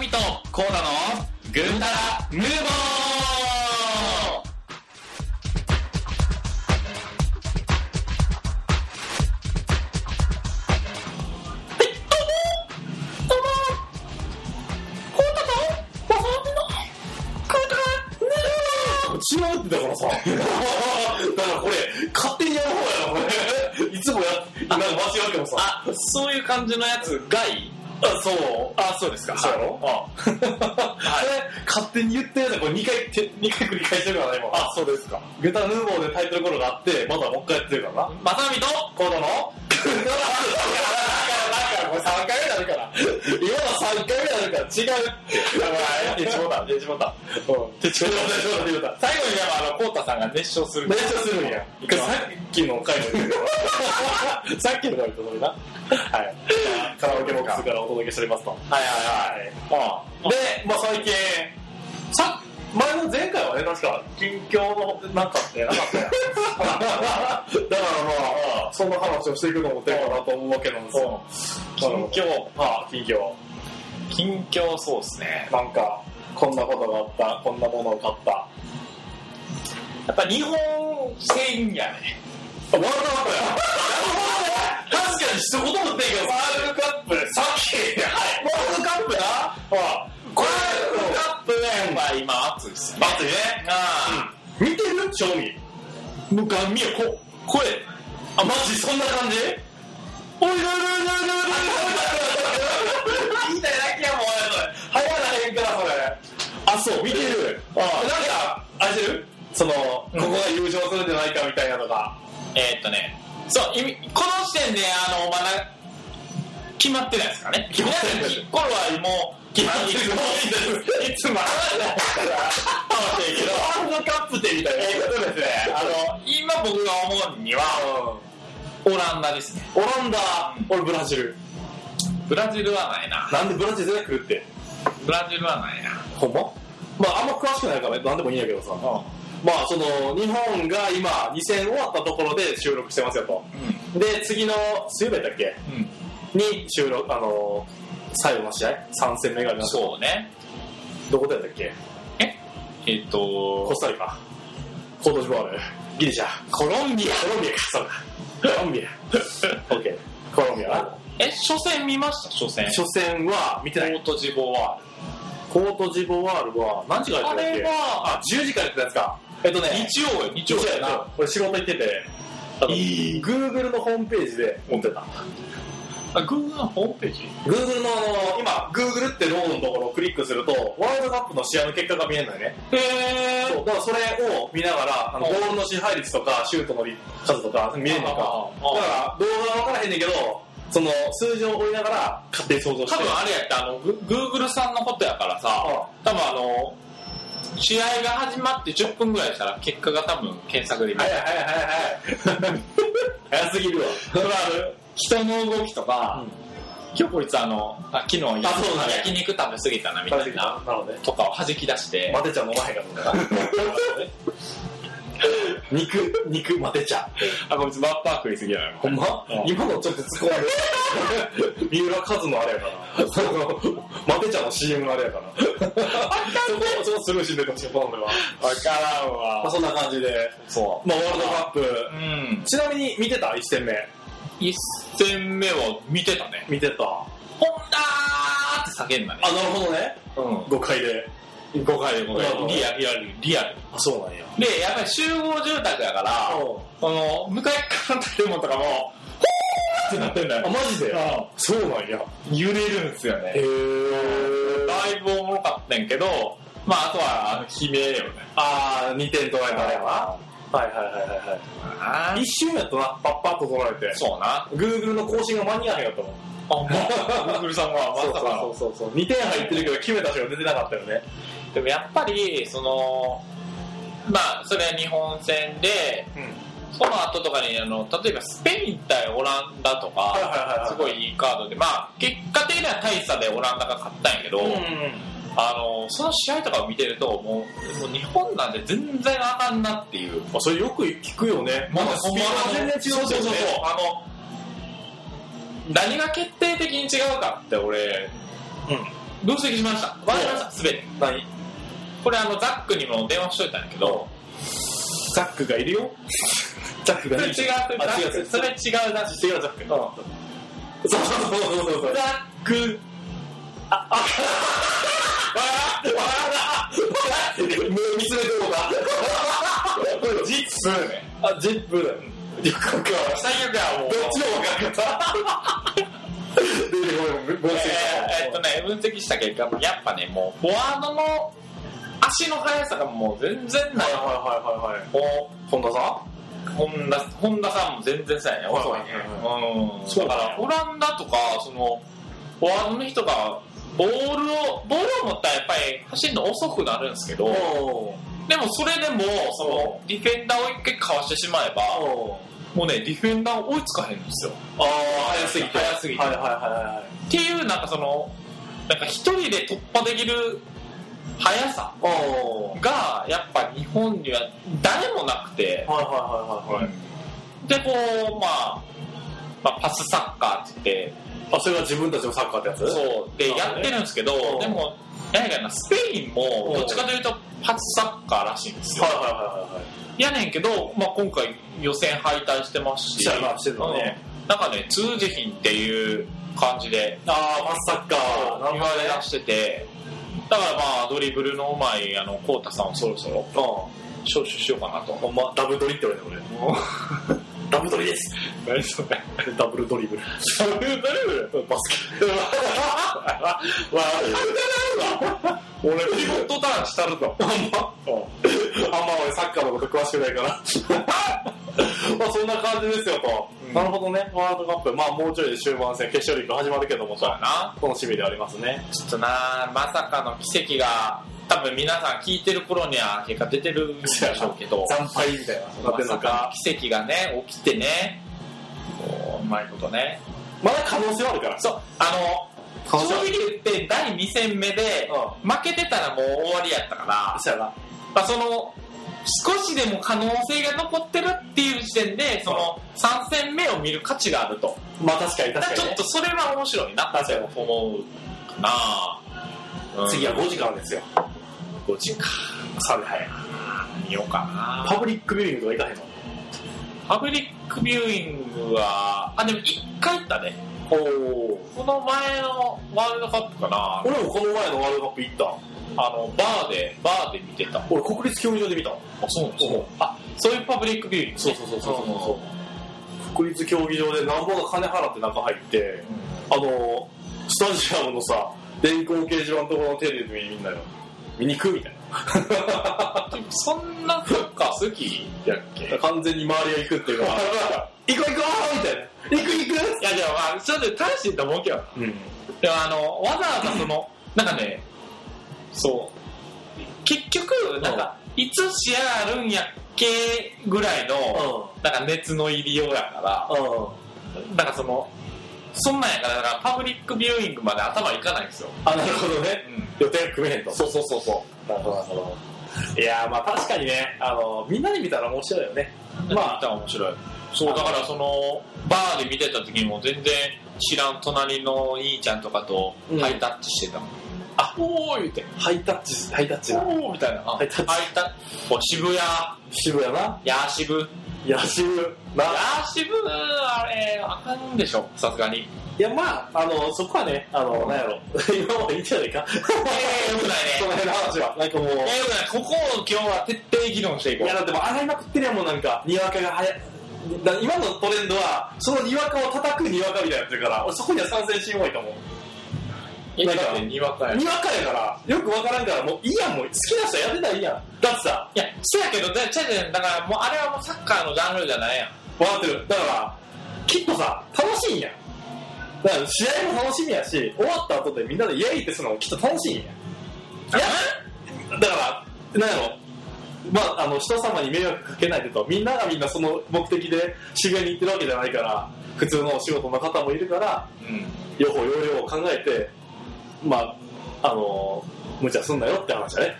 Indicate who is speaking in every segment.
Speaker 1: ミとコーダのぐーたらヌーボ
Speaker 2: 違うってだからさ
Speaker 1: ー
Speaker 2: だからこれ勝手にやる方やなこれいつもや今間違ってもさ
Speaker 1: あ、そういう感じのやつがいい
Speaker 2: あそう
Speaker 1: あ、そうですか。
Speaker 2: そうやろ
Speaker 1: あ
Speaker 2: これ 勝手に言ってるやつこれ2回て二回繰り返してるからね今
Speaker 1: あ、そうですか。
Speaker 2: グタヌーボーでタイトルコールがあってまだもう一回やってるからな
Speaker 1: まさみと
Speaker 2: コードのこれ3回目になるから今の3回目になるから違うってだから
Speaker 1: 出てしもうた、出てしもうた。
Speaker 2: 手帳だ手帳だ言うた
Speaker 1: 最後にでもあの、コータさんが熱唱する。
Speaker 2: めっちゃするんや
Speaker 1: いくよ
Speaker 2: さっきの回も言うけどさっきの回とそれなはいカラオケボックスからお届けしておりますと
Speaker 1: はいはいはい。
Speaker 2: で、まあ、最近さ前の前回はね確か近況のなんかってなかったや んだからまあそんな話をしていくのも手かなと思うわけなんですよ
Speaker 1: うん。近況。
Speaker 2: ああ近況
Speaker 1: 近況そうですね。
Speaker 2: なんかこんなことがあったこんなものを買ったあ
Speaker 1: やっぱ日本製品や ね。
Speaker 2: ワールドカップや確かに一言も言ってんけど
Speaker 1: ワールドカップでさっき、はい
Speaker 2: ワールドカップだあ
Speaker 1: これ、ワールドカップがやっぱ今熱いっすね。
Speaker 2: 熱いね
Speaker 1: あ
Speaker 2: 見てる賞味もうガン見よこ声あマジそんな感じおいおいおいおいおいおいおい
Speaker 1: あ。言いたいだけやもん、俺そ
Speaker 2: 流行らへんからそれあそう見てるあなんかあれしてるそのここが優勝するんじゃないかみたいなとか
Speaker 1: れえーっとね、そう、いこの時点で、あの、まだ、決まってないですかね。
Speaker 2: 決まってない
Speaker 1: 皆さん頃はもう、決まってる。
Speaker 2: いつ もあ
Speaker 1: いけど
Speaker 2: ワールドカップってみたいな
Speaker 1: えーっとですね、あの、今僕が思うには、オランダですね。
Speaker 2: オランダ俺ブラジル
Speaker 1: ブラジルはないな。
Speaker 2: なんでブラジル出てくるって
Speaker 1: ブラジルはないな。
Speaker 2: ほんままああんま詳しくないからなんでもいいんやけどさまあその日本が今2戦終わったところで収録してますよと
Speaker 1: う
Speaker 2: で次の水曜日だっけ
Speaker 1: ん。うん。
Speaker 2: に収録あのー最後の試合3戦目があります
Speaker 1: そうね。
Speaker 2: どこでやったっけ
Speaker 1: ええっ
Speaker 2: コ
Speaker 1: と、
Speaker 2: スタリカコートジボワールギリシャコロンビアコロンビアかそうかコロンビア オッケーコロンビアな
Speaker 1: え、初戦見ました初戦。
Speaker 2: 初戦は見て
Speaker 1: コ
Speaker 2: ない
Speaker 1: ートジボワ
Speaker 2: コートジボワールは何時
Speaker 1: ー
Speaker 2: か
Speaker 1: ル。
Speaker 2: ら
Speaker 1: あ
Speaker 2: やってたっ
Speaker 1: れ
Speaker 2: け
Speaker 1: は、
Speaker 2: あ10時からやってたやつかえっとね
Speaker 1: 日曜よ、日
Speaker 2: 一
Speaker 1: 曜
Speaker 2: 応
Speaker 1: や
Speaker 2: や
Speaker 1: な
Speaker 2: な。俺仕事行っててあの
Speaker 1: いい
Speaker 2: Google のホームページで持ってた
Speaker 1: あ、Google のホームページ
Speaker 2: Google のあの今 Google ってローのところをクリックするとワールドカップの試合の結果が見えるのよね
Speaker 1: へ
Speaker 2: そうだからそれを見ながらあの
Speaker 1: うん
Speaker 2: ボールの支配率とかシュートの数とか見えるのか
Speaker 1: あああ
Speaker 2: だから動画は分からへんねんけどその数字を追いながら勝手に想像して
Speaker 1: 多分あれやった、あの、グ Google さんのことやからさ
Speaker 2: あ、
Speaker 1: 多分あの、試合が始まって10分ぐらいしたら結果が多分検索で見
Speaker 2: はい
Speaker 1: れ
Speaker 2: はい
Speaker 1: る。
Speaker 2: はいはい早すぎるわ
Speaker 1: それは ある人の動きとか、今日こいつあの、あ昨日焼
Speaker 2: あそうだね
Speaker 1: 焼肉食べ過ぎたなみた
Speaker 2: 早す
Speaker 1: い
Speaker 2: ぎた
Speaker 1: な、
Speaker 2: なので
Speaker 1: とかを弾き出して、
Speaker 2: マテ茶飲まへんか ったから肉肉マテ茶
Speaker 1: あ、こいつバッパー食いすぎやな。
Speaker 2: ほんま
Speaker 1: うん
Speaker 2: 今のちょっと突っ込んで 三浦和のあれやからそのマテ茶の CM のあれやからそこそこスルーしててほしいファンでは
Speaker 1: わからんわ
Speaker 2: まあそんな感じで、
Speaker 1: そ
Speaker 2: まあ、ワールドカップ、
Speaker 1: う。うん。
Speaker 2: ちなみに見てた ?1 戦目。
Speaker 1: 一戦目を見てたね。
Speaker 2: 見てた。
Speaker 1: ホンダーって叫んだね。
Speaker 2: あ、なるほどね。
Speaker 1: う
Speaker 2: 誤解で。
Speaker 1: ん。5回で5
Speaker 2: なるほど
Speaker 1: リアル、リアル、リアル。
Speaker 2: あ、そうなんや。
Speaker 1: で、やっぱり集合住宅だから、この、向かい側の建物とかも、ほーってなってんだ
Speaker 2: あ、
Speaker 1: よ。
Speaker 2: マジでそうなんや。
Speaker 1: 揺れるんですよね。
Speaker 2: へー。
Speaker 1: だいぶおもろかったんやけど、まあ、あとは、あの悲鳴よね。
Speaker 2: あー、2点取られたね。は
Speaker 1: あ
Speaker 2: いはいはいはいは
Speaker 1: あ
Speaker 2: い。一瞬やったな、パッパッと取られて。
Speaker 1: そう な。
Speaker 2: Google の更新が間に合わへんかったもん。
Speaker 1: あ、まあ、グーグルさんはまさかの
Speaker 2: そうそうそうそう。2点入ってるけど、決めた人が出てなかったよね。
Speaker 1: でもやっぱり、その、まあ、それは日本戦で、
Speaker 2: うん。
Speaker 1: その後とかに、あの、例えばスペイン対オランダと
Speaker 2: はいはいはい
Speaker 1: か、
Speaker 2: はい
Speaker 1: すごいいいカードで、まあ、結果的には大差でオランダが勝ったんやけど、あの、その試合とかを見てると、もう、もう日本なんて全然あかんなっていう。
Speaker 2: まあ、それよく聞くよね。
Speaker 1: まだ
Speaker 2: スピードが全然違う
Speaker 1: そうそうそうそう。あの、何が決定的に違うかって俺、
Speaker 2: うん
Speaker 1: 分析しました。わかりました、すべて。
Speaker 2: 何
Speaker 1: これあの、ザックにも電話しといたんやけど、
Speaker 2: ザックがいるよ。ザック
Speaker 1: そ
Speaker 2: が
Speaker 1: れ
Speaker 2: い
Speaker 1: 違う、
Speaker 2: る
Speaker 1: ザック、それ違うザック。
Speaker 2: 違うザック。そうそうそうそうそう。
Speaker 1: ザック、
Speaker 2: 笑ってる目を見つめてるのか
Speaker 1: ジップーね。
Speaker 2: あジップだよくわかんない
Speaker 1: 最悪はもう
Speaker 2: ど、っちも分かんなかった出てごめんごめん
Speaker 1: えーえっとね、分析した結果、やっぱね、もう、フォワードの足の速さがもう全然ない。
Speaker 2: はいはいはいはい
Speaker 1: も
Speaker 2: 本田さ
Speaker 1: う、本田、本田さんも全然さやね、遅いね。うん。
Speaker 2: そう
Speaker 1: だ
Speaker 2: だ
Speaker 1: から、
Speaker 2: ね
Speaker 1: オランダとか、その、フォワードの人が、ボールを、ボールを持ったらやっぱり走るの遅くなるんですけど、
Speaker 2: お
Speaker 1: でもそれでも、その
Speaker 2: お、
Speaker 1: ディフェンダーを一回かわしてしまえば、
Speaker 2: お
Speaker 1: もうね、ディフェンダー追いつかへんんですよ。
Speaker 2: ああ早すぎて
Speaker 1: 早すぎて
Speaker 2: はいはいは
Speaker 1: っていう、なんかその、なんか一人で突破できる速さ
Speaker 2: いはいおー
Speaker 1: が、やっぱ日本には誰もなくて、
Speaker 2: はいはいはいはいはい
Speaker 1: で、こう、まあ、まあ、パスサッカーって
Speaker 2: あそれは自分たちのサッカーってやつ
Speaker 1: 言って、そう、で、
Speaker 2: なる
Speaker 1: や
Speaker 2: ほどね
Speaker 1: ってるんですけど、
Speaker 2: うん
Speaker 1: でも、やねんけどな、スペインも、
Speaker 2: うん
Speaker 1: どっちかというと、パスサッカーらしいんですよ
Speaker 2: はい。はいはいはいはい
Speaker 1: やねんけど、まあ、今回予選敗退してますし、
Speaker 2: してるなしてるね
Speaker 1: うんなんかね、通じひんっていう感じで、
Speaker 2: ああパスサッカー
Speaker 1: 言われ出してて、だからまあ、ドリブルのうまい、あの、コータさんをそろそろ、招集しようかなと。
Speaker 2: ほんまダブルドリって言われて俺ダブルドリです
Speaker 1: 何それ。
Speaker 2: ダブルドリブル
Speaker 1: ダブルドリブル
Speaker 2: バスケ。 わあ、わあ、 俺、
Speaker 1: ピボットターンしたると。
Speaker 2: あんま俺サッカーのこと詳しくないから。 まあそんな感じですよと、
Speaker 1: うん
Speaker 2: なるほどね、ワールドカップ、まあもうちょいで終盤戦、決勝リーグ始まるけども
Speaker 1: そうや
Speaker 2: さ、
Speaker 1: な。
Speaker 2: 楽しみでありますね。
Speaker 1: ちょっとな、まさかの奇跡が、多分皆さん聞いてる頃には結果出てるんでしょうけど、
Speaker 2: 惨敗みたいな、なって
Speaker 1: ま
Speaker 2: るの
Speaker 1: さ
Speaker 2: か
Speaker 1: か。の奇跡がね、起きてね、こううまいことね。
Speaker 2: まだ可能性はあるから。
Speaker 1: そう、あの、正直言って第2戦目で、負けてたらもう終わりやったから、
Speaker 2: そうやな。
Speaker 1: まあ、その少しでも可能性が残ってるっていう時点でその3戦目を見る価値があると
Speaker 2: まあ確かに
Speaker 1: だ
Speaker 2: 確
Speaker 1: からち
Speaker 2: か
Speaker 1: ょ
Speaker 2: に、
Speaker 1: っ
Speaker 2: ね
Speaker 1: と。それは面白いなって思うかな、うん
Speaker 2: 次は5時からですよ。
Speaker 1: 5時か
Speaker 2: さあ、はい。
Speaker 1: 見ようかな
Speaker 2: パブリックビューイングとか行かへんの
Speaker 1: パブリックビューイングはあでも1回行ったね
Speaker 2: おお。
Speaker 1: この前のワールドカップかな
Speaker 2: 俺もこの前のワールドカップ行った。
Speaker 1: あのバーでバーで見てたあ
Speaker 2: 俺国立競技場で見た。
Speaker 1: そうなんですかあそういうパブリックビューイング
Speaker 2: そうそうそうそうそうそう。国立競技場でなんぼの金払って中入って、あの、スタジアムのさ、電光掲示板のところのテレビで見んなよ。見に行くみたい
Speaker 1: あでもそんなサッカー好きやっけ
Speaker 2: な。完全に周り が行くっていうか、行こう行こうみたいな。行く行
Speaker 1: いやでもまあ、ちょっと大してと思うけどな。
Speaker 2: くうん。
Speaker 1: でもあの、わざわざその、なんかね、そう、結局、なんか、いつ試合あるんやっけぐらいの、なんか熱の入りようやか
Speaker 2: うん。うん。
Speaker 1: ら、なんかその、そんなんやから、だからパブリックビューイングまで頭いかないんですよ。
Speaker 2: あ、なるほどね。予定組めへんと。
Speaker 1: うそうそうそ
Speaker 2: なるほど、なるほど。いやーまあ確かにね、あの、みんなで見たら面白いよね。
Speaker 1: う。まあ、
Speaker 2: ま
Speaker 1: 見たら面白い。そう、
Speaker 2: あの
Speaker 1: だからその、バーで見てた時にも全然知らん隣の兄ちゃんとかと
Speaker 2: うん
Speaker 1: ハイタッチしてたもん。あ、おー言うて。
Speaker 2: あ、ハイタッチ、ハイタッチな。
Speaker 1: おーみたいな。
Speaker 2: ハイタッチ
Speaker 1: ハイタッチ。お渋谷、
Speaker 2: 渋谷な。
Speaker 1: ヤーシブ。
Speaker 2: 野渋な。
Speaker 1: ヤーシブ、あれ、あかんでしょ、さすがに。
Speaker 2: いや、まあ、あの、そこはね、あの、なんやろ。 今までいいんじゃないか。
Speaker 1: えー、よくない
Speaker 2: その
Speaker 1: ね。
Speaker 2: 辺の話は。なんかもう、
Speaker 1: えー、よくない。ここを今日は徹底議論していこ
Speaker 2: いうや、。だってもう洗いまくってるやんもん、なんか、にわかが早い。だ今のトレンドは、そのにわかを叩くにわかみたいなやつやから、俺そこには参戦しよういかも。
Speaker 1: いや
Speaker 2: なんか
Speaker 1: だってにわかや。い
Speaker 2: にわかやから、よくわからんから、もういいやん、もう好きな人やってたらいいやん。だってさ、
Speaker 1: や、そやけど、だちゃうちゃうだからもうあれはもうサッカーのジャンルじゃないやん。
Speaker 2: わかってる。だから、きっとさ、楽しいんやん。だから試合も楽しみやし、終わった後でみんなでイエイってするのもきっと楽しいんや。いや、だから、なんやろ。まあ、あの人様に迷惑かけないでとみんながみんなその目的で渋谷に行ってるわけじゃないから普通のお仕事の方もいるから
Speaker 1: うん。
Speaker 2: 両方要領を考えてまああの無茶すんなよって話だね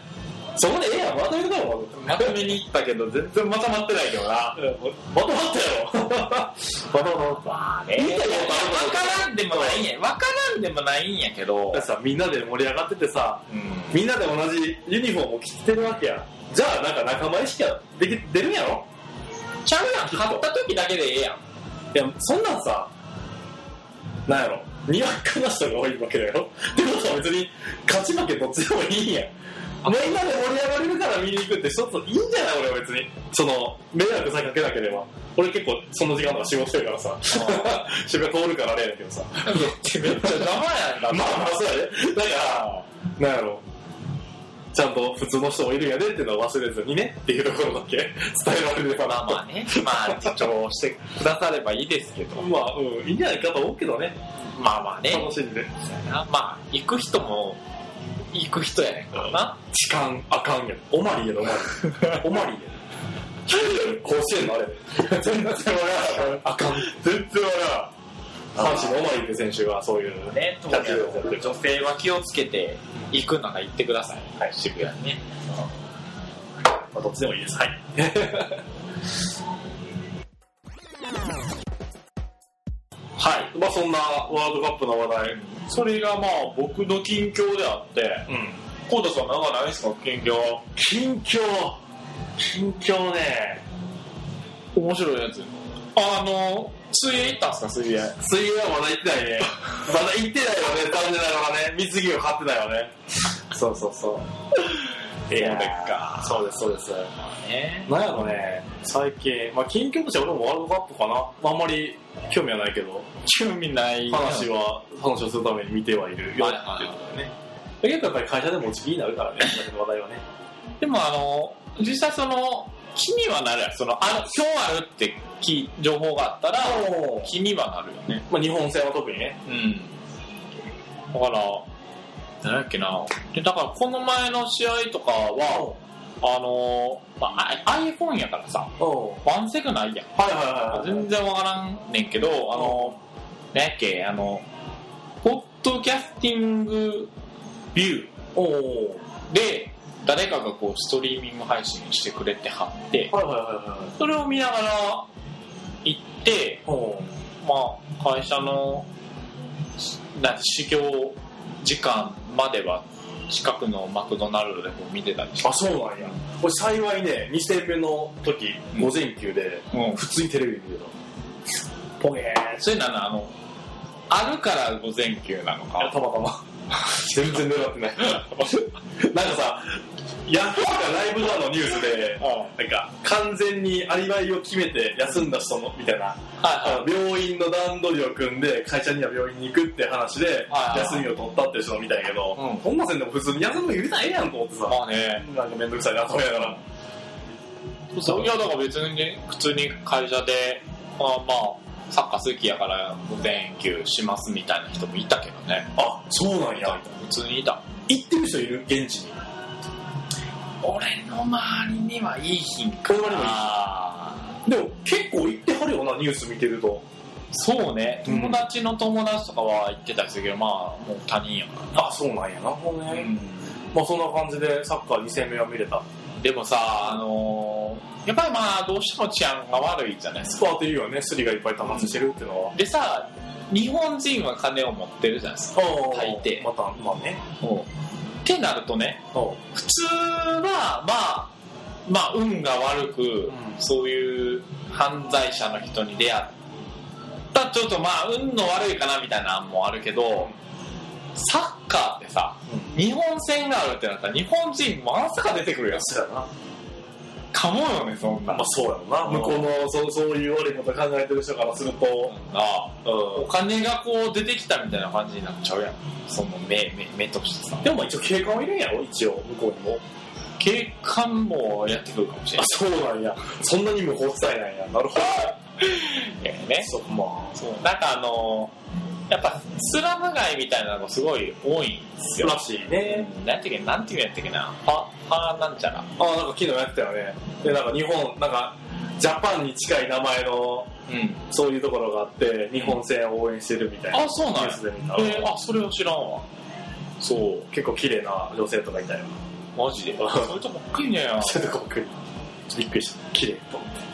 Speaker 2: そこでええやんまとめてこいもん
Speaker 1: まとめに行ったけど、全然まとまってないけどな。
Speaker 2: うんまとまったよ なるほど。
Speaker 1: まあね。
Speaker 2: 見
Speaker 1: わ
Speaker 2: たことある
Speaker 1: からんでもないんや。わからんでもないんやけど。
Speaker 2: だってさ、みんなで盛り上がっててさ、
Speaker 1: うん
Speaker 2: みんなで同じユニフォームを着てるわけや。じゃあ、なんか仲間意識はでき出るんやろ
Speaker 1: ちゃうやん。買った時だけでええやん。
Speaker 2: いや、そんなんさ、なんやろ、にわかな人が多いわけだよ。でもさ、別に、勝ち負けどっちでもいいんや。みんなで盛り上がれるから見に行くって一ついいんじゃない俺は別に。その、迷惑さえかけなければ。俺結構その時間とか仕事してるからさ、 仕事通るからあれやねんけどさ。
Speaker 1: めっちゃ邪魔やんだ
Speaker 2: まあ
Speaker 1: って。
Speaker 2: まあそうやね。だから、なんやろ。ちゃんと普通の人もいるんやでっていうのは忘れずにねっていうところだけ伝えられれば
Speaker 1: まあ
Speaker 2: な
Speaker 1: まあね。まあ、主張してくださればいいですけど。
Speaker 2: まあ、うん、いいんじゃないかと思うけどね。
Speaker 1: まあまあね。
Speaker 2: 楽しんで。
Speaker 1: まあ、行く人も、行く人やねんからな。
Speaker 2: 痴漢あかんやんオマリーやろ オマリーオマリーやろ甲子園のあれ全然笑わあかん全然笑わ阪神のオマリーって選手がそういう
Speaker 1: ね、ともかく女性は気をつけて行くなら行ってください。
Speaker 2: はい
Speaker 1: 渋谷にね。
Speaker 2: まあ、どっちでもいいですはい はいまあそんなワールドカップの話題
Speaker 1: それがまあ、僕の近況であって、
Speaker 2: うん
Speaker 1: コータさんなんかないですか近況。
Speaker 2: 近況近況ね
Speaker 1: 面白いやつ。あの、水泳行ったんすか水泳。
Speaker 2: 水泳はまだ行ってない ねまだ行ってないよね残念ながらね水着を買ってないよねそうそうそう
Speaker 1: いやー
Speaker 2: そうですそうです
Speaker 1: ね。
Speaker 2: なんやろね最近まあ近況としては俺もワールドカップかな、まあ、あんまり興味はないけど
Speaker 1: 興味ない
Speaker 2: 話は話をするために見てはいるよ
Speaker 1: はい
Speaker 2: っていうこ
Speaker 1: は
Speaker 2: とでねで結構やっぱり会社でもち気になるからねその話題はね
Speaker 1: い。でもあの、実際その、気にはなるやんその、あ今日あるってき情報があったら、気にはなるよね。
Speaker 2: まあ日本戦は特にね
Speaker 1: うん。だから、なんだっけな。で、だからこの前の試合とかは、あのー、まあ、あ iPhone やからさ、
Speaker 2: お
Speaker 1: ワンセグないやん。
Speaker 2: はいはいはいはい
Speaker 1: 全然わからんねんけど、あのー、なんやっけ、あの、ポッドキャスティングビュ
Speaker 2: おお
Speaker 1: ーで、誰かがこう、ストリーミング配信してくれてはって、
Speaker 2: はいはいはいはい
Speaker 1: それを見ながら行って、
Speaker 2: おお
Speaker 1: まあ、会社のしなん始業時間までは近くのマクドナルドでこう見てたりして
Speaker 2: あ、そうなんや俺幸いね2戦目の時
Speaker 1: うん
Speaker 2: 午前休で
Speaker 1: うん、
Speaker 2: 普通にテレビ見てたポケー
Speaker 1: そういうのはなあのあるから午前休なの
Speaker 2: いや
Speaker 1: か
Speaker 2: たまたま全然狙ってないなんかさ野球がライブなのニュースで
Speaker 1: あ
Speaker 2: なんか完全にアリバイを決めて休んだ人のみたいな
Speaker 1: は
Speaker 2: あの病院の段取りを組んで会社には病院に行くって話で
Speaker 1: はい
Speaker 2: 休みを取ったっていう人を見たんやけど、
Speaker 1: うん
Speaker 2: こんなせんでも普通に休むの許さないやんと思って
Speaker 1: いはい
Speaker 2: さ
Speaker 1: まあね
Speaker 2: なんか面倒くさいなと思いながら
Speaker 1: そういやだから別にね普通に会社であまあサッカー好きやから午前休しますみたいな人もいたけどね
Speaker 2: あそうなん
Speaker 1: いたいた普通にいた
Speaker 2: 行ってる人いる現地に
Speaker 1: 俺の周りにはいい品
Speaker 2: かな
Speaker 1: あ
Speaker 2: でも結構行ってはるよなニュース見てると
Speaker 1: そうね
Speaker 2: うん
Speaker 1: 友達の友達とかは行ってたりするけど、まあもう他人やか
Speaker 2: あそうなんやなほん
Speaker 1: ら、
Speaker 2: まあそんな感じでサッカー2戦目は見れた
Speaker 1: でもさあのーやっぱりまあどうしても治安が悪いじゃないです
Speaker 2: スパーというよねスリがいっぱい溜まってしてるっていうのは、
Speaker 1: かでさ日本人は金を持ってるじゃないですか
Speaker 2: うん、
Speaker 1: 大抵
Speaker 2: またまあね
Speaker 1: ってなるとね
Speaker 2: そ
Speaker 1: 普通はまあまあ運が悪く、
Speaker 2: ん
Speaker 1: そういう犯罪者の人に出会ったちょっとまあ運の悪いかなみたいなのもあるけどサッカーってさ
Speaker 2: う、うん、
Speaker 1: 日本戦があるってなったら日本人まさか出てくるやつ
Speaker 2: そうやな
Speaker 1: かもよねそんな
Speaker 2: まあそうやろな
Speaker 1: うん
Speaker 2: 向こうのそそういう悪いこと考えてる人からすると、
Speaker 1: あ
Speaker 2: う
Speaker 1: お金がこう出てきたみたいな感じになっちゃうやんその目目目としてさ
Speaker 2: ん、でもまあ一応警官はいるんやろ一応向こうにも
Speaker 1: 警官もやってくるかもしれ
Speaker 2: あそうなんやそんなに無法地帯なんやなるほど
Speaker 1: ないね
Speaker 2: そうまあ
Speaker 1: そうなんかあのーやっぱスラム街みたいなのがすごい多いんですよ
Speaker 2: らしいね
Speaker 1: なんやったっけなんていうんやったっけなパパーなんちゃら
Speaker 2: あなんか昨日やってたよねでなんか日本なんかジャパンに近い名前の
Speaker 1: うん
Speaker 2: そういうところがあって日本戦を応援してるみたいな
Speaker 1: あそう
Speaker 2: ニ
Speaker 1: なん
Speaker 2: ュー
Speaker 1: や
Speaker 2: スで見た、
Speaker 1: えーあそれは知らんわそう
Speaker 2: 結構綺麗な女性とかいたよ
Speaker 1: マジでそうい うとこばっかりねや
Speaker 2: ちょっとびっくりびっくりした綺麗と思って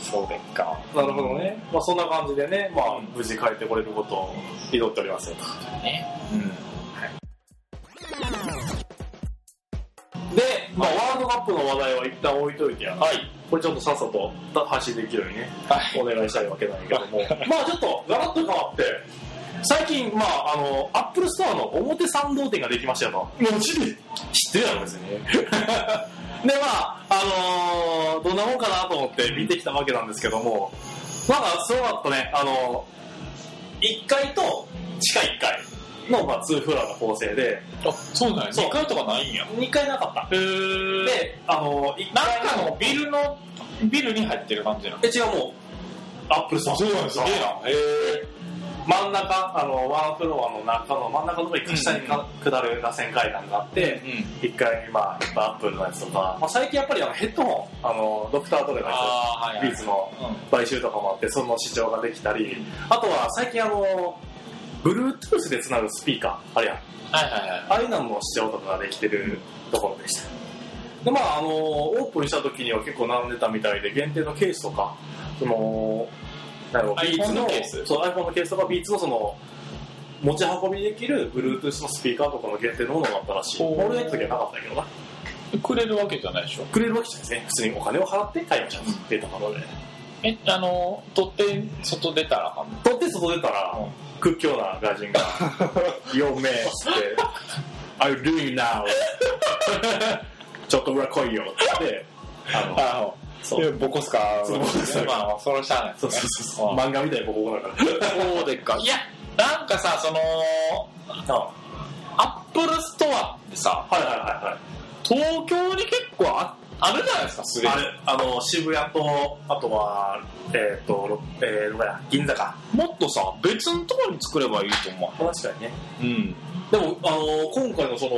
Speaker 1: そうでっか。
Speaker 2: なるほどね。まあそんな感じでね、まあ無事帰ってこれることを祈っておりますよ
Speaker 1: ね。
Speaker 2: で、まあワールドカップの話題は一旦置いといてや、
Speaker 1: はい。
Speaker 2: これちょっとさっさと発信できるようにね、
Speaker 1: はい。
Speaker 2: お願いしたいわけなんやけども、まあちょっとガラッと変わって、最近、まああの、アップルストアの表参道店ができましたよと。
Speaker 1: もちろん。
Speaker 2: 知ってるやろ別に でまああのーどんなもんかなと思って見てきたわけなんですけどもなんかすごかったねあのー、1階と地下1階の、まあ、2フロアの構成で
Speaker 1: あ、そうなんや。
Speaker 2: そう
Speaker 1: 2回とかないんや。
Speaker 2: 2階なかった
Speaker 1: へーで、
Speaker 2: であのー、
Speaker 1: なんかのビルの、ビルに入ってる感じなの。
Speaker 2: え違うもうアップルストア
Speaker 1: すげえな。へえ。
Speaker 2: 真ん中あのワンフロアの中の真ん中のとこに下にか下る螺旋階段があって、
Speaker 1: うん。
Speaker 2: 1階にまあいっぱいアップルのやつとか、まあ、最近やっぱりあのヘッドホンあのドクター・トレのやつ
Speaker 1: ああ、はい、
Speaker 2: ビ
Speaker 1: はい
Speaker 2: ー。ズの
Speaker 1: う
Speaker 2: 買収とかもあってその市場ができたり
Speaker 1: ん
Speaker 2: あとは最近あの Bluetooth でつなぐスピーカーあれや
Speaker 1: はいはいはい。
Speaker 2: ああいうのの市場とかができてるところでしたでまああのオープンした時には結構並んでたみたいで限定のケースとかそのなんだろう
Speaker 1: iPhone の
Speaker 2: ビ
Speaker 1: ケー
Speaker 2: ー
Speaker 1: ス
Speaker 2: ツのそう iPhone のケースとかビーツのその持ち運びできる Bluetooth のスピーカーとかの限定のものだったらしい
Speaker 1: ほう
Speaker 2: 俺がやった時はなかったけどな
Speaker 1: くれるわけじゃないでしょ。
Speaker 2: くれるわけじゃないですね普通にお金を払って買いましたっていうところで
Speaker 1: え、あの、取って、外出たらあかんの
Speaker 2: 取って外出たら、屈強な外 人が「Yo man」っつって 「I'll do you now」ちょっと裏来いよっつってあの
Speaker 1: あの、
Speaker 2: そう
Speaker 1: いやボコスカ
Speaker 2: そうボコスカ
Speaker 1: まあ、それはしゃあないです
Speaker 2: そう
Speaker 1: ね。
Speaker 2: そうそうそう漫画みたいにボコボコだから
Speaker 1: そう。そうでっか。いや、なんかさ、その、
Speaker 2: あ
Speaker 1: アップルストアってさ、
Speaker 2: はいはいは
Speaker 1: 東京に結構ああるじゃないですか、す
Speaker 2: い
Speaker 1: で
Speaker 2: はい
Speaker 1: に
Speaker 2: あ。れあの渋谷とあとはえっ、と、えー、どこや銀座か
Speaker 1: もっとさ、別のところに作ればいいと思
Speaker 2: 確かにね
Speaker 1: う。うん。
Speaker 2: でもあの今回のその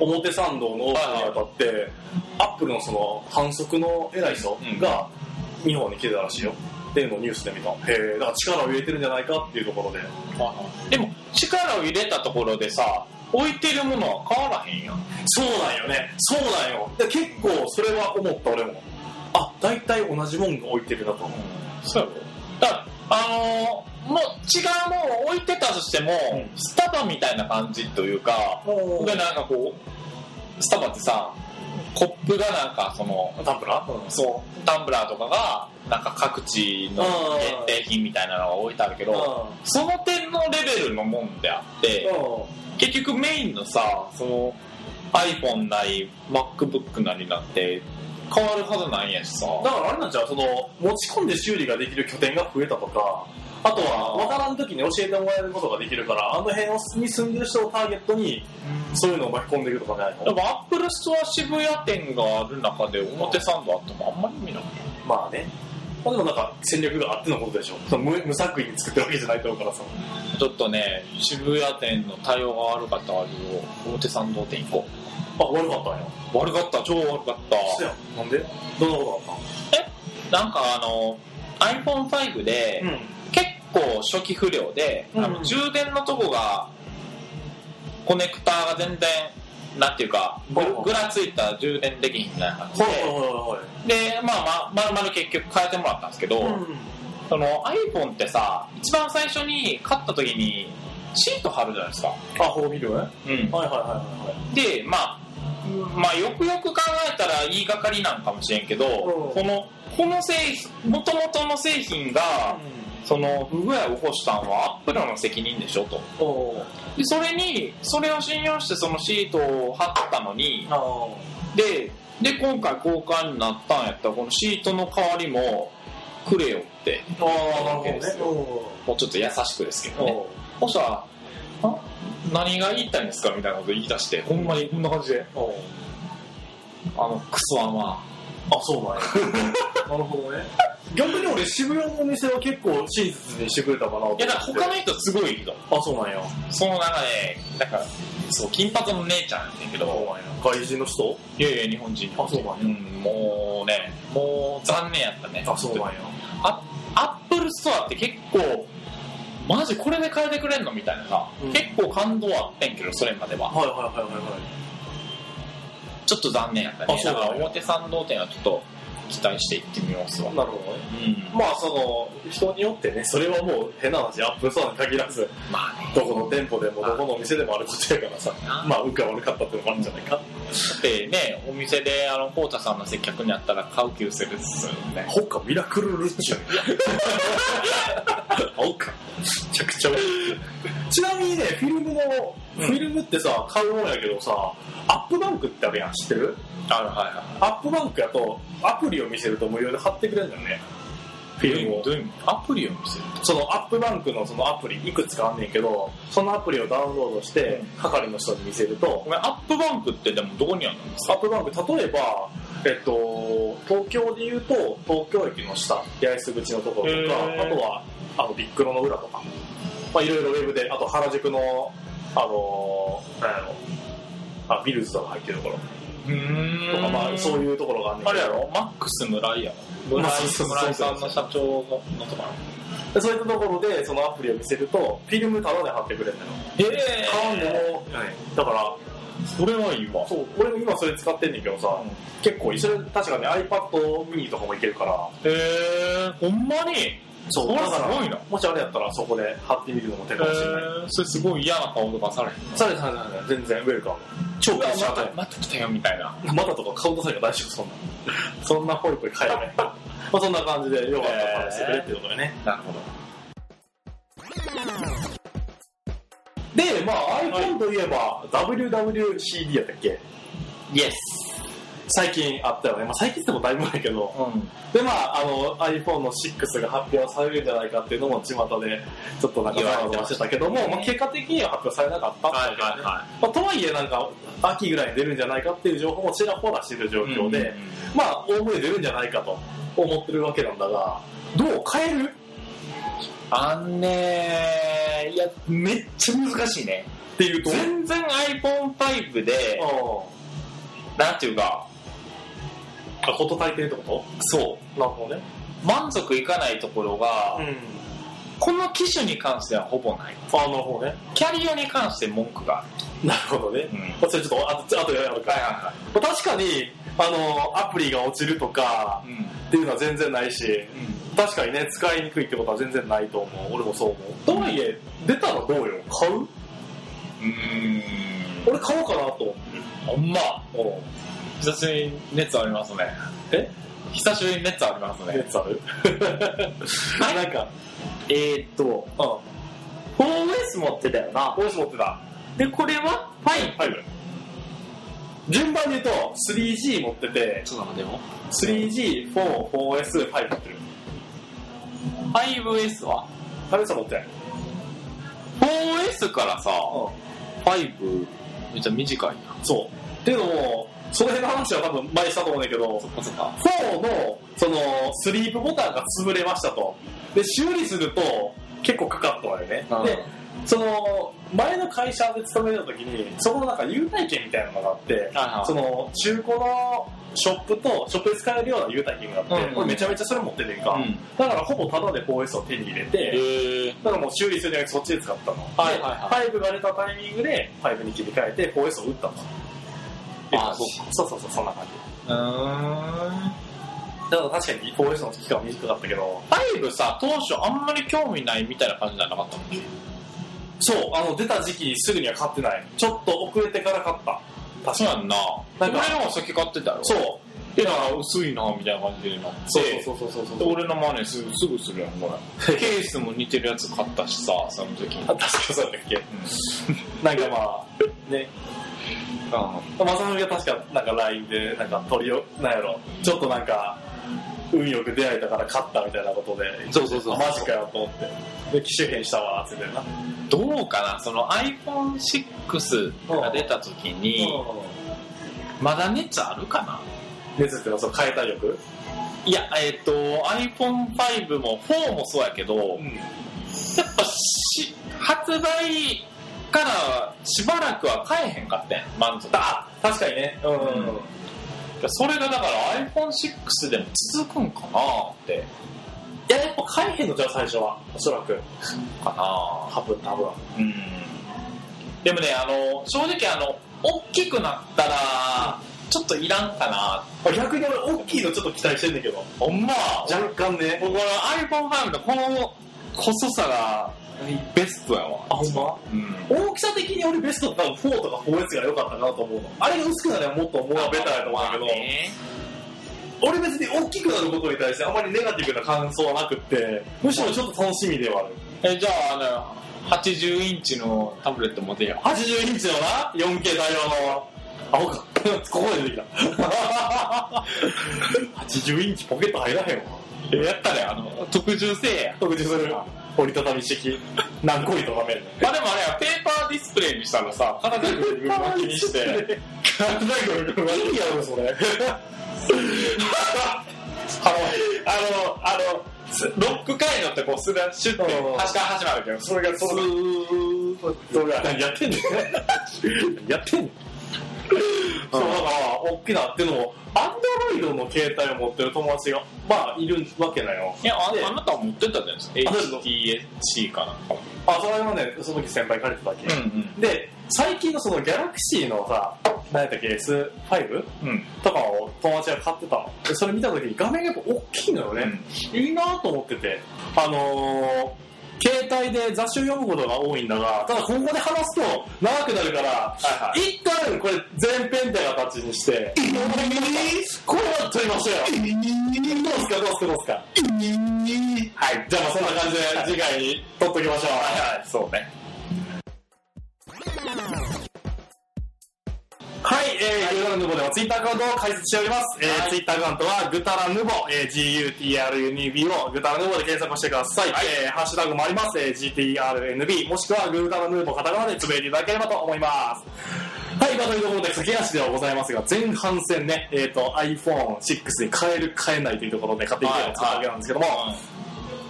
Speaker 2: 表参道のオープンにあたってアップルのその反則の偉い人が日本に来てたらしいよっていうのをニュースで見たへえだから力を入れてるんじゃないかっていうところで
Speaker 1: でも、力を入れたところでさ、置いてるものは変わらへんやん。
Speaker 2: そうなんよねそうなんよで結構それは思った俺もあ大体同じもんが置いてるなと思う
Speaker 1: そうやろだから、あのーもう違うものを置いてたとしても、
Speaker 2: うん
Speaker 1: スタバみたいな感じというか、
Speaker 2: おー
Speaker 1: でなんかこう、スタバってさ、コップがなんかその、
Speaker 2: タンプラー、
Speaker 1: そう、タンブラーとかが、なんか各地の限定品みたいなのが置いてあるけど、
Speaker 2: う
Speaker 1: その点のレベルのもんであって、結局メインのさその iPhone なり MacBook なりなんて変わるはずないんやしさ
Speaker 2: ん、だからあれなんちゃうその持ち込んで修理ができる拠点が増えたとかあとは分からん時に教えてもらえることができるからあの辺に住んでる人をターゲットにそういうのを巻き込んでいくとかじゃない
Speaker 1: で
Speaker 2: の
Speaker 1: もアップルストア渋谷店がある中で表参道あってもあんまり見ない
Speaker 2: まあねまあでもなんか戦略があってのことでしょその無無作為に作ってるわけじゃないと思うからさ
Speaker 1: ちょっとね渋谷店の対応が悪かったわけよ表参道店行こ
Speaker 2: あ悪かったんや
Speaker 1: う悪かった超悪かっ
Speaker 2: そうやなんでどんなこと
Speaker 1: たなんかあの iPhone5 で、
Speaker 2: だったん
Speaker 1: 結構初期不良で、あ
Speaker 2: う
Speaker 1: の
Speaker 2: ん
Speaker 1: 充電のとこがコネクターが全然なんていうかぐ
Speaker 2: ほうほう
Speaker 1: ぐらついた充電できひんみたいな感じ
Speaker 2: ほ
Speaker 1: で
Speaker 2: いほいほいほい
Speaker 1: でまあまあまるまる結局変えてもらったんですけど、その iPhone ってさ一番最初に買った時にシート貼るじゃないですか、
Speaker 2: あほう見るねはい
Speaker 1: うん、
Speaker 2: はいはいはい
Speaker 1: でまあまあよくよく考えたら言いがかりなんかもしれんけど、
Speaker 2: うん
Speaker 1: このこの製品もともとの製品が、その不具合を起こしたのはアップルの責任でしょと
Speaker 2: おお
Speaker 1: でそれにそれを信用してそのシートを貼ったのに
Speaker 2: ああ
Speaker 1: でで今回交換になったんやったらこのシートの代わりもくれよって
Speaker 2: ああなる
Speaker 1: ですよ
Speaker 2: ほ
Speaker 1: もうちょっと優しくですけ
Speaker 2: ど
Speaker 1: ど
Speaker 2: ね
Speaker 1: ねそしたらあ何が言いたいんですかみたいなこと言い出してほんまにこんな感じで
Speaker 2: おお
Speaker 1: あのクソアマ
Speaker 2: あ、そうなんや。 なるほどね。逆に俺、渋谷のお店は結構親切にしてくれたかなと思っ
Speaker 1: い
Speaker 2: て。
Speaker 1: やだから他の人すごい人
Speaker 2: あ、そうなんや。
Speaker 1: その中でなんかそう金髪の姉ちゃんやねんけど
Speaker 2: 外人の人
Speaker 1: いやいや日本人
Speaker 2: あそうなんや
Speaker 1: んもうねもう残念やったね
Speaker 2: や。
Speaker 1: あアップルストアって結構マジこれで変えてくれんのみたいなさ、
Speaker 2: うん
Speaker 1: 結構感動あってんけどそれまでは
Speaker 2: はいはいはいはいはい。
Speaker 1: ちょっと残念やった
Speaker 2: あ
Speaker 1: ね
Speaker 2: そう
Speaker 1: だ
Speaker 2: な
Speaker 1: か
Speaker 2: んや
Speaker 1: ら表参道店はちょっと期待していってみますわ。
Speaker 2: なるほどね。
Speaker 1: うん。
Speaker 2: まあその人によってね、それはもう変な話、アップルストアに限らず、
Speaker 1: まあね。
Speaker 2: どこの店舗でもどこのお店でもあることやからさ、
Speaker 1: あ
Speaker 2: まあ運が悪かったってのもあるんじゃないか。
Speaker 1: でね、お店で、あの、コウタさんの接客にあったら買う気うせですよね。
Speaker 2: ほっかミラクルルッチュ。ほっか。めちゃくちゃ美味しい。ちなみにね、フィルムの、
Speaker 1: うん
Speaker 2: フィルムってさ、買うもんやけどさ、アップバンクってあるやん、知ってる
Speaker 1: ある、はいは
Speaker 2: アップバンクやと、アプリを見せると無料で貼ってくれるんだよね。フ
Speaker 1: い。
Speaker 2: ィルムを。
Speaker 1: どういう意味アプリを見せる
Speaker 2: そのアップバンクのそのアプリいくつかあんねんけど、そのアプリをダウンロードして、係の人に見せると
Speaker 1: ご、めん、アップバンクってでもどこにあるんです
Speaker 2: ア
Speaker 1: か
Speaker 2: ップバンク、例えば、えっと、東京で言うと、東京駅の下、八重洲口のところとか、
Speaker 1: へー
Speaker 2: あとは、あの、ビックロの裏とか、まあ、いろいろウェブで、あと原宿の、あのー、なんやろ、あ、ビルズとか入ってるところ
Speaker 1: うーん
Speaker 2: とか、まあ、そういうところがあんねん
Speaker 1: あれやろマックス村井やろ村
Speaker 2: まあ
Speaker 1: 井
Speaker 2: そうそう
Speaker 1: 村井さんの社長ののとこ
Speaker 2: でそういったところで、そのアプリを見せると、フィルムタダで貼ってくれるのよ。
Speaker 1: え
Speaker 2: 買うんでも、だから、
Speaker 1: それはいいわ
Speaker 2: そう、俺も今それ使ってんねんけどさ、結構一緒に、確かね、iPad mini とかもいけるから、
Speaker 1: へえほんまに
Speaker 2: そ
Speaker 1: これすごい
Speaker 2: な
Speaker 1: な。
Speaker 2: もしあれやったらそこで貼ってみるのも手かもしれない。
Speaker 1: それすごい嫌な顔とかされへん
Speaker 2: されされされ全然ウェルカム。超プレッシャーだよ。
Speaker 1: また来たよみたいな
Speaker 2: まだとか顔出さないから大丈夫、そんな。 そんなポイポイ変え ない。まあそんな感じでよかったら試してくれっていうことでね。
Speaker 1: なるほど
Speaker 2: で、まあ iPhone といえば WWCD やったっけ
Speaker 1: イエス
Speaker 2: 最近あったよね。まあ最近ってもだいぶ前やけど。
Speaker 1: うん
Speaker 2: で、まああの iPhone の6が発表されるんじゃないかっていうのも巷でちょっとなんかざわざわしてたけど
Speaker 1: 言われてました
Speaker 2: も、まあ
Speaker 1: ね
Speaker 2: 結果的には発表されなかったって
Speaker 1: はい
Speaker 2: ことだよ
Speaker 1: はい
Speaker 2: ね
Speaker 1: は
Speaker 2: まあ、とはいえなんか秋ぐらいに出るんじゃないかっていう情報もちらほらしてる状
Speaker 1: い
Speaker 2: 況で、まあ大声出るんじゃないかと思ってるわけなんだがどう変える
Speaker 1: あんねーいやめっちゃ難しいね
Speaker 2: っていうと
Speaker 1: 全然 iPhone5 でなんていうか
Speaker 2: あこと足りてるってこ
Speaker 1: そう
Speaker 2: となるほどね
Speaker 1: 満足いかないところが、
Speaker 2: うん
Speaker 1: この機種に関してはほぼない
Speaker 2: あなるほどね
Speaker 1: キャリアに関して文句がある
Speaker 2: なるほどね、
Speaker 1: うん
Speaker 2: まあ、それちょっとあとあとやるか、
Speaker 1: は
Speaker 2: まあ、確かにあのアプリが落ちるとか
Speaker 1: いうん
Speaker 2: っていうのは全然ないし
Speaker 1: うん
Speaker 2: 確かにね使いにくいってことは全然ないと思う俺もそう思うとはいえ出たらどうよ買う
Speaker 1: うーん
Speaker 2: 俺買おうかなと思って
Speaker 1: ほんま久しぶりに熱ありますね
Speaker 2: え
Speaker 1: 久しぶりに熱ありますね
Speaker 2: 熱ある なんか、
Speaker 1: えー、っと
Speaker 2: う。
Speaker 1: 4S 持ってたよなん
Speaker 2: OS 持ってた。
Speaker 1: でこれは5
Speaker 2: はい。順番に言うと、3G 持ってて、
Speaker 1: ちょっと待ってよ
Speaker 2: 3G、4、4S、5持ってる。
Speaker 1: 5S は
Speaker 2: タメさん持ってない。
Speaker 1: 4S からさ、5めっちゃ短いな
Speaker 2: そう。っていうのも、その辺の話は多分前にしたと思うんだけど、
Speaker 1: そっかそっか
Speaker 2: 4の、その、スリープボタンが潰れましたと。で、修理すると、結構かかったわよね。で、その、前の会社で勤めてた時に、そこのなんか優待券みたいなのがあって、
Speaker 1: あ
Speaker 2: その中古のショップとショップで使えるような優待券があって、
Speaker 1: うんうん
Speaker 2: 俺めちゃめちゃそれ持っててんか、
Speaker 1: うん
Speaker 2: だからほぼタダで 4S を手に入れて、
Speaker 1: えー、
Speaker 2: だからもう修理するんじゃなくてそっちで使ったの、
Speaker 1: はいはいは
Speaker 2: で5が出たタイミングで5に切り替えて 4S を打ったの
Speaker 1: あ
Speaker 2: そうそうそうそんな感
Speaker 1: う
Speaker 2: じ
Speaker 1: ーん
Speaker 2: だから確かに 4S の期間は短かったけど
Speaker 1: ファイブさ、当初あんまり興味ないみたいな感じじゃなかったもんね。
Speaker 2: そうあの出た時期にすぐには買ってないちょっと遅れてから買った確
Speaker 1: そう
Speaker 2: か
Speaker 1: や
Speaker 2: に
Speaker 1: んな。
Speaker 2: な
Speaker 1: 俺
Speaker 2: んか
Speaker 1: の方が先買ってたよ。
Speaker 2: そう
Speaker 1: えら薄いな、みたいな感じになって。
Speaker 2: そうそうそうそうそう
Speaker 1: で俺の真似すぐすぐするやん、これ。ケースも似てるやつ買ったしさ、その時に。
Speaker 2: あ確かそうだったっけなんかまあねまさみが確か、なんか LINE で、なんか鳥を、なんやろ、ちょっとなんか、運よく出会えたから勝ったみたいなことで、
Speaker 1: そうそうそう
Speaker 2: マジかよと思って、で、機種変したわ、つってな。
Speaker 1: どうかな、その iPhone6 が出た時に、まだ熱あるかな
Speaker 2: 熱っていうのは、そう、変えた力
Speaker 1: いや、えっ、と、iPhone5 も4もそうやけど、
Speaker 2: ん。
Speaker 1: やっぱし発売からしばらくは買えへんかったやん満足
Speaker 2: あ、確かにね。うん。
Speaker 1: うんそれがだから iPhone6 でも続くんかなって
Speaker 2: いや、やっぱ変えへんのじゃん、最初は。おそらく。
Speaker 1: かな
Speaker 2: 多分、多分。
Speaker 1: うんでもねあの正直あの大きくなったらちょっといらんかな
Speaker 2: あ逆に俺大きいのちょっと期待してんだけど
Speaker 1: ほんま
Speaker 2: 若干ね
Speaker 1: 僕は iPhone5 のこの細さがベストやわ
Speaker 2: あほんま
Speaker 1: うん
Speaker 2: 大きさ的に俺ベスト多分4とか 4S が良かったなと思うのあれが薄くなればもっともうベターやと思うんだけど、俺別に大きくなることに対してあまりネガティブな感想はなくってむしろちょっと楽しみではある
Speaker 1: えじゃああの80インチのタブレット持てよ
Speaker 2: 80インチのな 4K 対応のあほかここで出てきた80インチポケット入らへんわ
Speaker 1: えやったねあの特注せえや
Speaker 2: 特殊する折りたたみ式何個折りたためるの
Speaker 1: まあでもあれやペーパーディスプレイにしたらさ肩でぐるぐる巻きに して
Speaker 2: いいやろそれ
Speaker 1: あのあのロック回路ってこうすらシュッて
Speaker 2: うん
Speaker 1: 端から端までけどそれがそ
Speaker 2: スーッとやってんのやってんのそうだから大きなっていうのもアンドロイドの携帯を持ってる友達がまあいるわけだよ
Speaker 1: いやあ
Speaker 2: で
Speaker 1: あなたは持ってったじゃないですか
Speaker 2: あそう
Speaker 1: HTC かなんか
Speaker 2: あそれはねその時先輩借りてたわけ、
Speaker 1: ん
Speaker 2: で最近のそのギャラクシーのさ何やったっけ S5
Speaker 1: うんうん
Speaker 2: とかを友達が買ってたのでそれ見た時に画面がやっぱ大きいのよね、いいなと思ってて、あのー携帯で雑誌を読むことが多いんだが、ただここで話すと長くなるから、
Speaker 1: は
Speaker 2: 一旦これ全編って形にして、これは撮りましょうよ。どうすかどうすかどうすか。はい、じゃあまあそんな感じで次回に撮っときましょう。
Speaker 1: はいそうね
Speaker 2: はい、えー、グータラヌボではツイッターアカウントを開設しております。えー
Speaker 1: はい
Speaker 2: ツイッターアカウントは、グタラヌボ、えー、GUTRUNB をグタラヌボで検索してください。えーハッシュタグもあります、えー GTRNB、もしくはグータラヌボカタカナでつぶやいていただければと思います。はい、まあというところで、駆け足ではございますが、前半戦ね、えっ、と、iPhone6 に変える、変えないというところで買っていきたいとったわけなんですけども、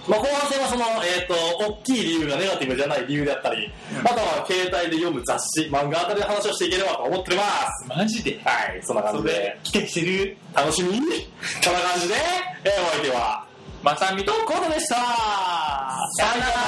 Speaker 2: まあ、後半戦はその、えっ、と、大きい理由がネガティブじゃない理由であったり、あとは携帯で読む雑誌、漫画あたりの話をしていければと思っております。
Speaker 1: マジで
Speaker 2: はい、そんな感
Speaker 1: そ
Speaker 2: じ
Speaker 1: れ
Speaker 2: で、
Speaker 1: 期待してる
Speaker 2: 楽しみに、そんな感じで、えー、お相手は、
Speaker 1: まさみと
Speaker 2: コードでした
Speaker 1: さよなら